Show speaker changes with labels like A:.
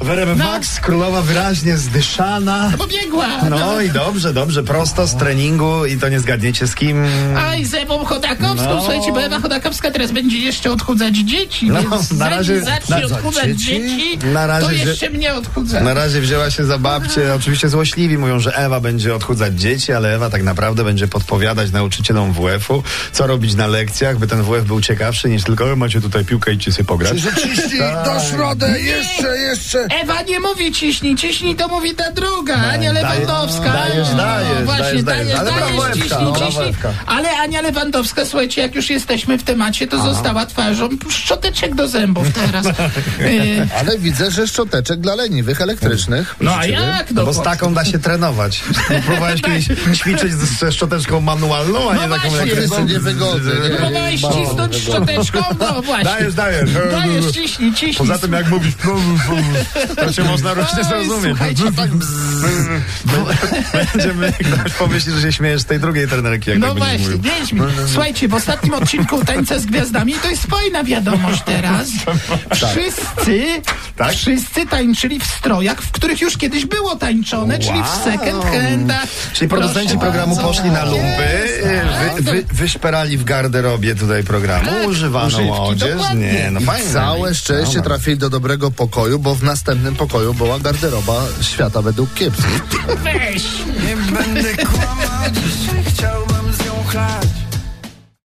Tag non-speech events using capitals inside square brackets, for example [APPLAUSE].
A: rowerem
B: No.
A: Max, królowa wyraźnie zdyszana.
B: Pobiegła!
A: No i dobrze, dobrze, prosto z treningu i to nie zgadniecie z kim.
B: Aj, z Ewą Chodakowską,
A: No.
B: słuchajcie, bo Ewa Chodakowska teraz będzie jeszcze odchudzać dzieci,
A: No,
B: więc
A: na
B: zanim
A: razie-
B: zacznie
A: na- za
B: odchudzać
A: dzieci?
B: dzieci,
A: Na razie,
B: to
A: że-
B: jeszcze mnie odchudza.
A: Na razie wzięła się za babcię. Oczywiście złośliwi mówią, że Ewa będzie odchudzać dzieci, ale Ewa tak naprawdę będzie podpowiadać nauczycielom WF-u, co robić na lekcjach, by ten WF był ciekawszy niż tylko "E, macie tutaj piłkę i ci sobie pograć.
C: Rzeczywiście
D: Tak.
C: do środy, jeszcze, jeszcze.
B: Ewa nie mówi ciśnij, ciśnij to mówi ta druga, Ania
A: daje-
B: Lewandowska.
A: dajesz,
B: No,
A: dajesz,
B: właśnie,
A: dajesz,
B: dajesz,
A: dajesz. Ale brawo, Ewka,
B: ciśnij,
A: no, brawo,
B: ciśnij.
A: Ewka.
B: Ale Ania Lewandowska, słuchajcie, jak już jesteśmy w temacie, to została twarzą szczoteczek do zębów
A: [LAUGHS]
B: teraz. Y,
D: Ale widzę, że szczoteczek dla leniwych elektrycznych.
B: No a jak? No,
A: Bo tak- z taką da się
B: [LAUGHS]
A: trenować. Próbowałeś kiedyś ćwiczyć ze szczoteczką manualną, a nie taką
B: No właśnie,
A: jak
D: Krystynie wygodny.
B: Próbowałeś ścisnąć szczoteczką? No właśnie.
A: Dajesz, dajesz.
B: Dajesz, ciśnij, ciśnij.
A: Poza tym jak mówisz to się można różnie
B: Oj,
A: zrozumieć.
B: słuchajcie,
A: [LAUGHS]
B: tak
A: Będziemy ktoś pomyśli, że się śmiejesz z tej drugiej trenerki, jak
B: No
A: tak będziesz
B: właśnie,
A: mówił. no,
B: wiedźmi. Słuchajcie, w ostatnim odcinku Tańca z Gwiazdami to jest fajna wiadomość
A: [LAUGHS]
B: teraz. Wszyscy,
A: Tak?
B: wszyscy tańczyli w strojach, w których już kiedyś było tańczone, czyli w second handach.
A: Czyli producenci
B: Proszę
A: programu
B: bardzo.
A: poszli na lumpy, wy, wy, wyszperali w garderobie tutaj programu,
B: Tak, używki,
A: używaną odzież.
B: dokładnie.
A: Nie, no
D: I
A: fajne.
D: całe szczęście
A: Dobra.
D: trafili do dobrego pokoju, bo w następnym pokoju była garderoba świata według kiepskich.
B: Weź!
E: Nie będę kłamać, dziś chciałbym z nią chlać